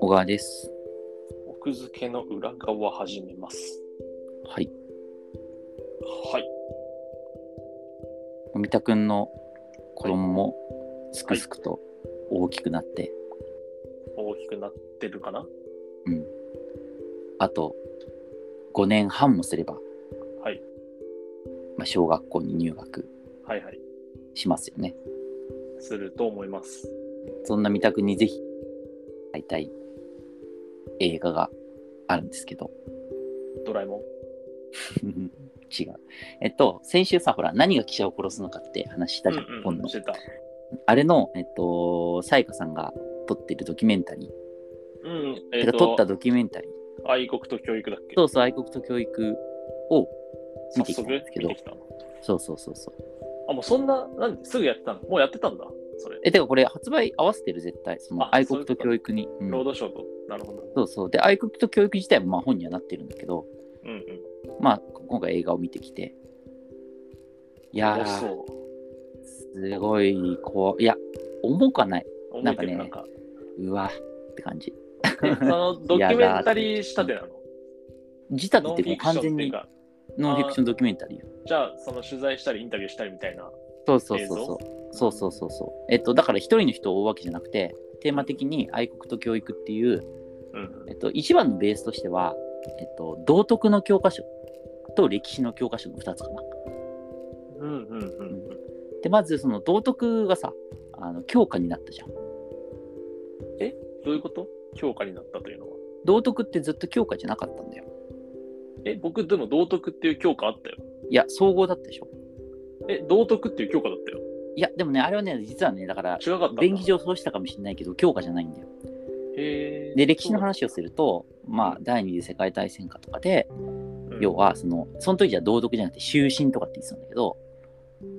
小川です。奥付けの裏側始めます。はい。はい。三田くんの衣もすくすくと大きくなって、大きくなってるかなうん。あと5年半もすれば、はい。まあ、小学校に入学はいはい。しますよね。すると思います。そんな三田くんにぜひ会いたい映画があるんですけ ど。ドラえもん。違う。えっと、先週さ、ほら、何が記者を殺すのかって話したじゃん、う今んう度ん、してた。あれの、えっと、さやかさんが撮ってるドキュメンタリー、うん。えてかっ、撮とったドキュメンタリー、愛国と教育だっけそうそう、愛国と教育を見てきたんですけど早速見て、きた。そうそうそうそう。あ、もうそんな、なんすぐやってたのもうやってたんだ。それ。え、てかこれ発売合わせてる、絶対。そのあ愛国と教育に。うんロードショーと。なるほど。そうそう。で、愛国と教育自体もまあ本にはなってるんだけど、うんうん。まあこ今回映画を見てきて、いやあ、ー、そすごい、こう、いや、重くはない。う。思いてるななんんかか。うわって感じ。え そのドキュメンタリー仕立てなの自他ノンっフてもィうクシ完ョン全っていうにか。ノンフィクションドキュメンタリーよ。じゃあ、その取材したりインタビューしたりみたいな。そうそうそうそう。そうそうそうそう。えっと、だから一人の人を追うわけじゃなくて、テーマ的に愛国と教育っていう、うんうん。えっと、一番のベースとしては、えっと、道徳の教科書と歴史の教科書の2つかな。うんうんうんうん。で、まずその道徳がさ、あの教科になったじゃん。どういうこと強化になったというのは。道徳ってずっと教科じゃなかったんだよ。え、僕でも道徳っていう教科あったよ。いや、総合だったでしょ。え、道徳っていう教科だったよ。いや、でもね、あれはね、実はね、だから、違かったんだ。便宜上そうしたかもしれないけど、教科じゃないんだよ。へーで、歴史の。話をすると、まあ、第二次世界大戦下とかで、そう要、は、その、その時じゃ道徳じゃなくて、終身とかって言ってたんだけど、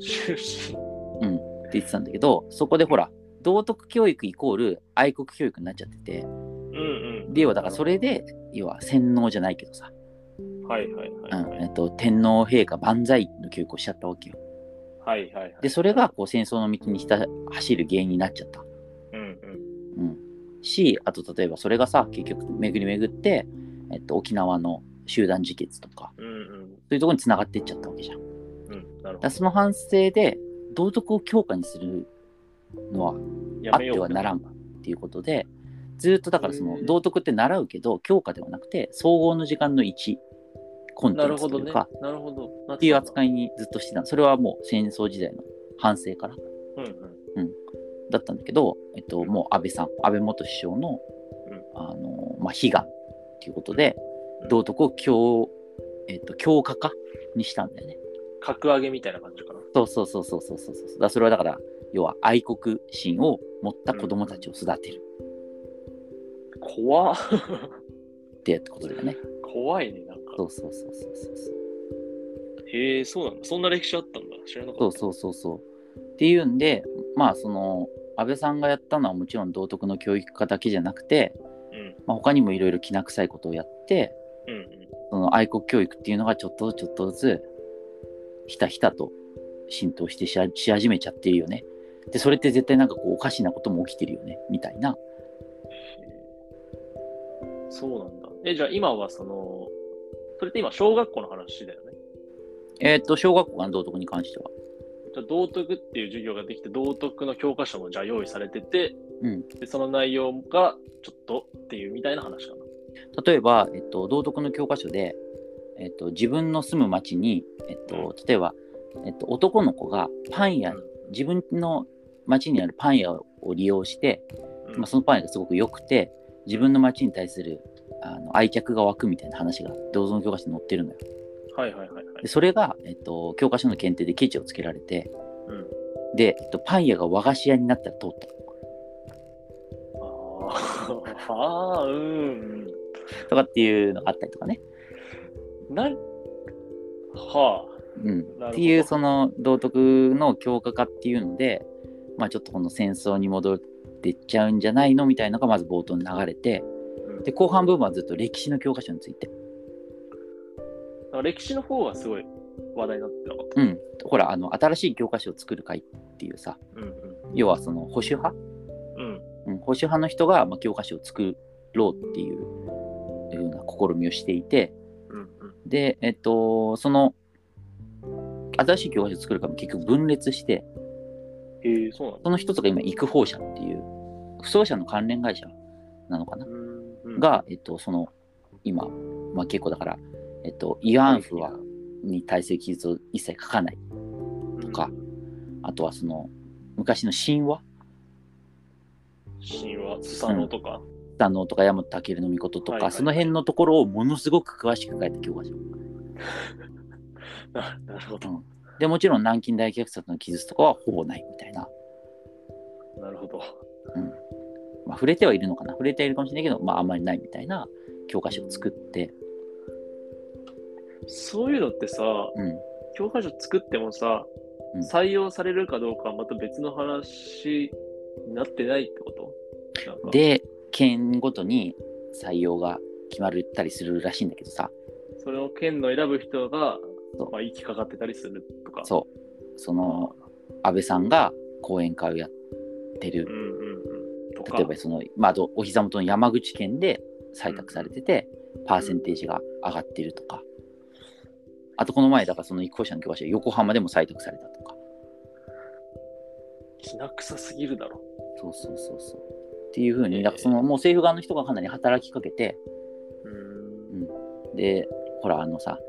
終身。って言ってたんだけど、そこでほら、道徳教育イコール愛国教育になっちゃってて、うんうん。で要はだからそれで要は洗脳じゃないけどさ、はいはいはういんはい。えっと、天皇陛下万歳の教育をしちゃったわけよはいはいはい。でそれがこう戦争の道にひた走る原因になっちゃった、うんうん。うん、しあと例えばそれがさ結局巡り巡って、えっと、沖縄の集団自決とかうんうんそういうところに繋がっていっちゃったわけじゃんだかうん。なるほらその反省で道徳を強化にするのはど。やあっめてようはならんっていうことでずっとだからその道徳って習うけど教科ではなくて総合の時間の1コンテなるンほツとどいねうか、。なるほど。なっっていう扱い。いにずっとしてたそれはもう戦争時代の反省からうんうん。だったんだけど、えっと、もう安倍さん安倍元首相のうんあの、まあ、悲願っていうことでうん道徳を強,、えっと、強化化にしたんだよね。格上げみたいな感じかな。そうそうそうそうそうそうそうだからそれはだから要は愛国心を持った子供たちを育てる怖っってことだよね。怖いね、なんかそ。うそうそうそうそうそう。へえ、そうなんだ。そんな歴史あったんだ。知らなかそっうた。そうそうそう。っていうんで、まあその安倍さんがやったのはもちろん道徳の教育化だけじゃなくて、うんまあ、他にもいろいろきな臭いことをやって、うんうん。その愛国教育っていうのがちょっとずつちょっとずつひたひたと浸透してしはし始めちゃってるよね。で、それって絶対なんかこうおかしなことも起きてるよねみたいな。そうなんだ。え、じゃあ今はその、それって今、小学校の話だよね。えっ、と、小学校が道徳に関しては。じゃあ道徳っていう授業ができて、道徳の教科書もじゃあ用意されてて、うんでその内容がちょっとっていうみたいな話かな。例えば、えっと、道徳の教科書で、えっと、自分の住む町に、えっと、例えば、えっと、男の子がパン屋に自分の町にあるパン屋を利用して、うんまあ、そのパン屋がすごく良くて自分の町に対するあの愛着が湧くみたいな話が道徳の教科書に載ってるのよ。はいはいはいはいで。それが、えっと、教科書の検定でケチをつけられてうん、で、えっと、パン屋が和菓子屋になったら通った。あー あー、うん。とかっていうのがあったりとかね。なんはうんなるほど、っていうその道徳の強化化っていうので、まあ、ちょっとこの戦争に戻ってっちゃうんじゃないのみたいなのがまず冒頭に流れてうんで後半部分はずっと歴史の教科書についてあ、歴史の方がすごい話題になってなかっうん、ほらあの新しい教科書を作る会っていうさた。うん要はその保守派、うん。ううん。ん、保守派の人が、まあ、教科書を作ろうっていうような試みをしていてうん。うん。でえっとその新しい教科書を作る会も結局分裂してへえ、そうなんだ。その一つが今育法社っていう不走者の関連会社なのかなうん、が、えっと、その今、まあ、結構だから、えっと、慰安婦はに対する記述を一切書かないとかあとはその昔の神話神話、スサノとか。 あのとか山本健の御事とか、はいはいその辺のところをものすごく詳しく書いた教科書、ななるほど。でもちろん南京大虐殺の記述とかはほぼないみたいな、なるほど。まあ、触れてはいるのかな触れてはいるかもしれないけど、まあ、あんまりないみたいな教科書を作って、そういうのってさ、うん、教科書作ってもさうん、採用されるかどうかはまた別の話になってないってことなんか、で県ごとに採用が決まったりするらしいんだけどさそれを県の選ぶ人がそう、まあ、息かかってたりするとか。そうその安倍さんが講演会をやってるうんうんうん。とか例えばその、まあ、あとお膝元の山口県で採択されてて、パーセンテージが上がってるとか、あとこの前だからその一校舎の教科書横浜でも採択されたとかきな臭すぎるだろ。そうそうそうそうっていうふうえにえだからそのもう政府側の人がかなり働きかけてうん。でほらあのさ、え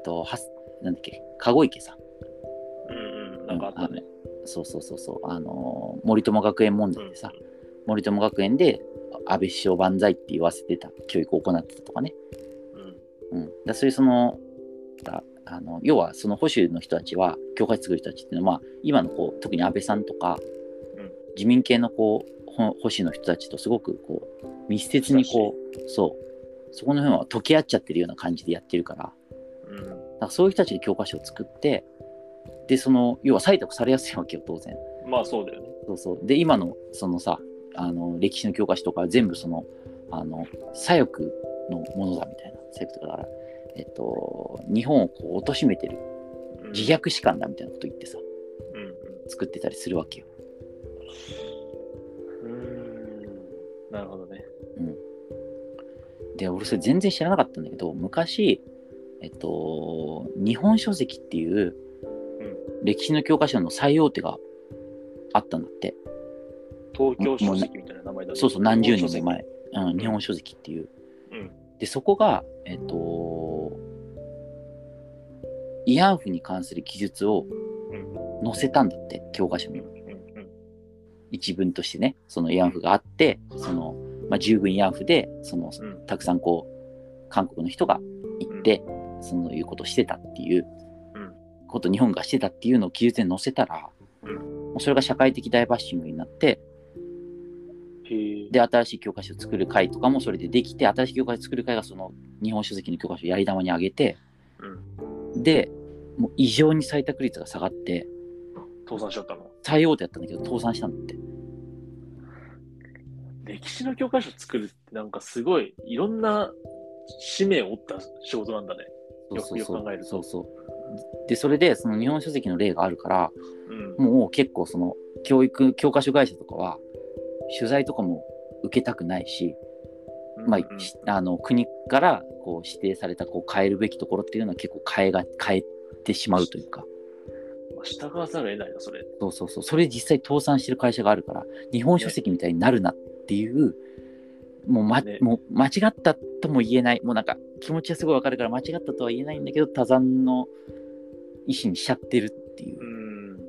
っと、はすなんだっけ籠池さんうんうん。なんかあったね。そうそうそうそうあのー森友学園問題でさ、森友学園で安倍首相万歳って言わせてた教育を行ってたとかねうん。うん、だそういうそのだあの要はその保守の人たちは教会作る人たちっていうのは、まあ、今のこう特に安倍さんとか、うん自民系のこうほ保守の人たちとすごくこう密接にこうそうそこの辺は溶け合っちゃってるような感じでやってるからだうん。からそういう人たちで教科書を作ってでその要は採択されやすいわけよ当然まあそうだよね。そうそうで今のそのさあの歴史の教科書とかは全部そのあの左翼のものだみたいな左翼とかだから、えっと、日本をこう貶めてるうん自。虐史観だみたいなこと言ってさうん作ってたりするわけよ。うん。うん。なるほどね。で俺それ全然知らなかったんだけど昔、えっと、日本書籍っていう歴史の教科書の最大手があったんだって東京書籍みたいな名前だね。そうそう何十年東京書も籍。前、うん、日本書籍っていううん。でそこがえっと慰安婦に関する記述をうん。載せたんだって教科書うんにうんうん。一文としてねその慰安婦があってその、まあ、従軍慰安婦でそのうんたくさんこう韓国の人が行って、そのいうことをしてたっていう、うんこと日本がしてたっていうのを記述に載せたら、うんもうそれが社会的ダイバッシングになってへえ。で新しい教科書を作る会とかもそれでできて新しい教科書を作る会がその日本書籍の教科書をやり玉に上げてうん。でもう異常に採択率が下がって倒産しちゃったの。最大手だったんだけど倒産したんだって歴史の教科書作るってなんかすごいいろんな使命を負った仕事なんだね。そうそうよくそよく考えうるとそうそうでそれでその日本書籍の例があるからうん。もう結構その教育教科書会社とかは取材とかも受けたくないし、まあうんうんしあの国からこう指定されたこう変えるべきところっていうのは結構変えが変えてしまうというかまあ従わざるを得ないな、それ。そうそうそうそれ実際倒産してる会社があるから日本書籍みたいになるなっていう。もう,、まねもう間違ったとも言えないもうなんか気持ちはすごいわかるから間違ったとは言えないんだけど多山の意思にしちゃってるっていううん。て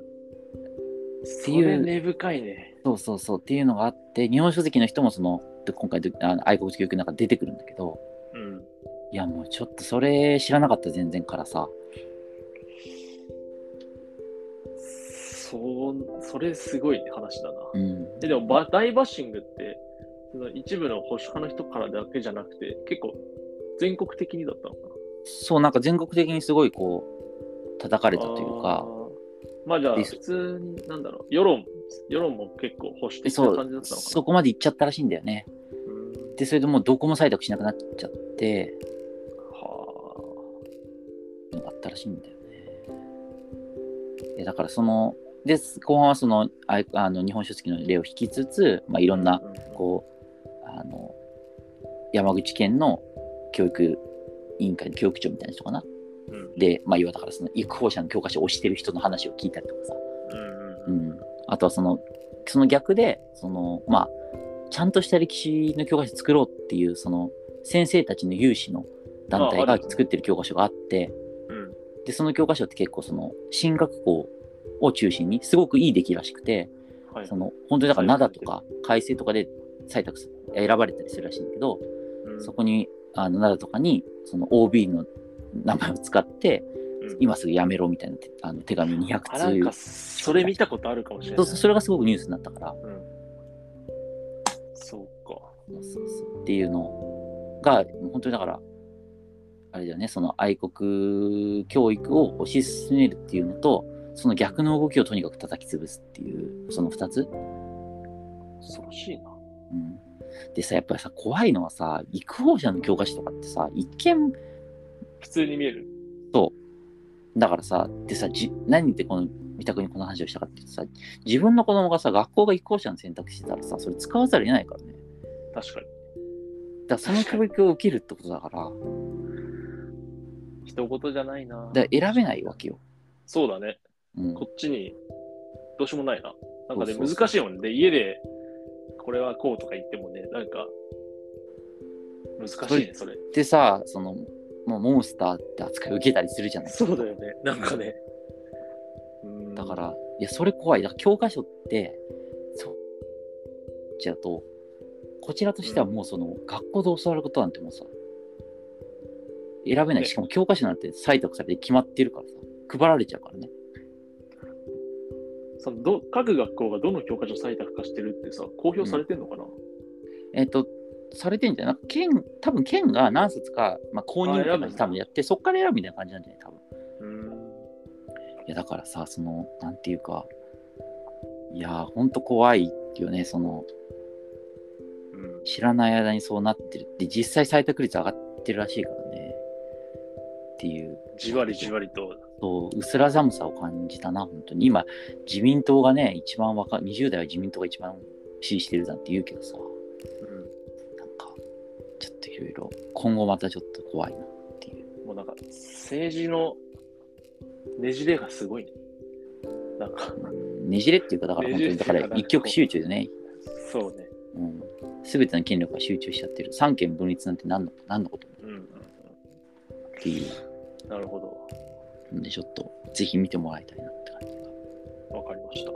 そいうれ根深いね。そうそうそうっていうのがあって日本書籍の人もそので今回であの愛国教育なんか出てくるんだけどうん。いやもうちょっとそれ知らなかった全然からさそう、それすごい話だな。うんえでもバ、大バッシングって、その一部の保守派の人からだけじゃなくて、結構全国的にだったのかそうなんか全国的にすごいこう叩かれな。たというかあー。まあじゃあ、です普通に、なんだろう、世論、世論も結構保守的そな感じだうったのかな。そこまで行っちゃったらしいんだよねうんでそれでもうどこも採択しなくなっちゃってはのがあったらしいんだよねでだからそので後半はそのあいあの日本書籍の例を引きつつ、まあ、いろんなうんうんこうあの山口県の教育委員会の教育長みたいな人かなうんで、まあ、要はだからその育法者の教科書を推してる人の話を聞いたりとかさ、うんううんん、あとはそのその逆でそのまあちゃんとした歴史の教科書作ろうっていうその先生たちの有志の団体ああがる作ってる教科書があってうんでその教科書って結構その進学校を中心にすごくいい出来らしくてはいその本当にだから灘とか改正とかで採択す選ばれたりするらしいんだけどうんそこにあの灘とかにその OB の名前を使ってうん今すぐやめろみたいな手あの手紙あなん200か通それ見たことあるかもしれそうないそうそれがすごくニュースになったから。そうかそうそうそうっていうのが本当にだからあれだよねその愛国教育を推し進めるっていうのとその逆の動きをとにかく叩き潰すっていうその2つ、恐ろしいなうん、でさやっぱりさ怖いのはさ育法者の教科書とかってさ一見普通に見えるだからさでさじ何でこの三択にこの話をしたかっていうとさ自分の子供がさ学校が育法者の選択してたらさそれ使わざるを得ないからね確かにだからその教育を受けるってことだから人事じゃないなだから選べないわけよ、そうだねうん、こっちにどうしようもないななんかねそうそうそう難しいもんねで家でこれはこうとか言ってもねなんか難しいねそれってさそのもうモンスターって扱い受けたりするじゃないそうだよねなんかねうんだからいやそれ怖いだから教科書ってそうじゃうとこちらとしてはもうその、学校で教わることなんてもうさ選べないねしかも教科書なんて採択されて決まってるからさ配られちゃうからねそのど各学校がどの教科書採択化してるってさ公表されてんのかな、えっ、とされてんじゃなく県多分県が何冊か、まあ、購入ってあ選感ぶんじだ多分やってそっから選ぶみたいな感じなんじゃない多分うんいやだからさそのなんていうかいやーほんと怖いよねそのうん知らない間にそうなってるって実際採択率上がってるらしいからねっていうじわりじわりとそう薄ら寒さを感じたな本当に今自民党がね一番若い20代は自民党が一番支持してるなんて言うけどさなんかちょっといろいろ今後またちょっと怖いなっていうもうなんか政治のねじれがすごいね。なんか、うんねじれっていうかだから本当にだから一極集中でねそうね。うん、全ての権力が集中しちゃってる三権分立なんて何の何のことうん、うんっていうん。なるほうんでちょっとぜひ見てもらいたいなって感じがど。わかりました。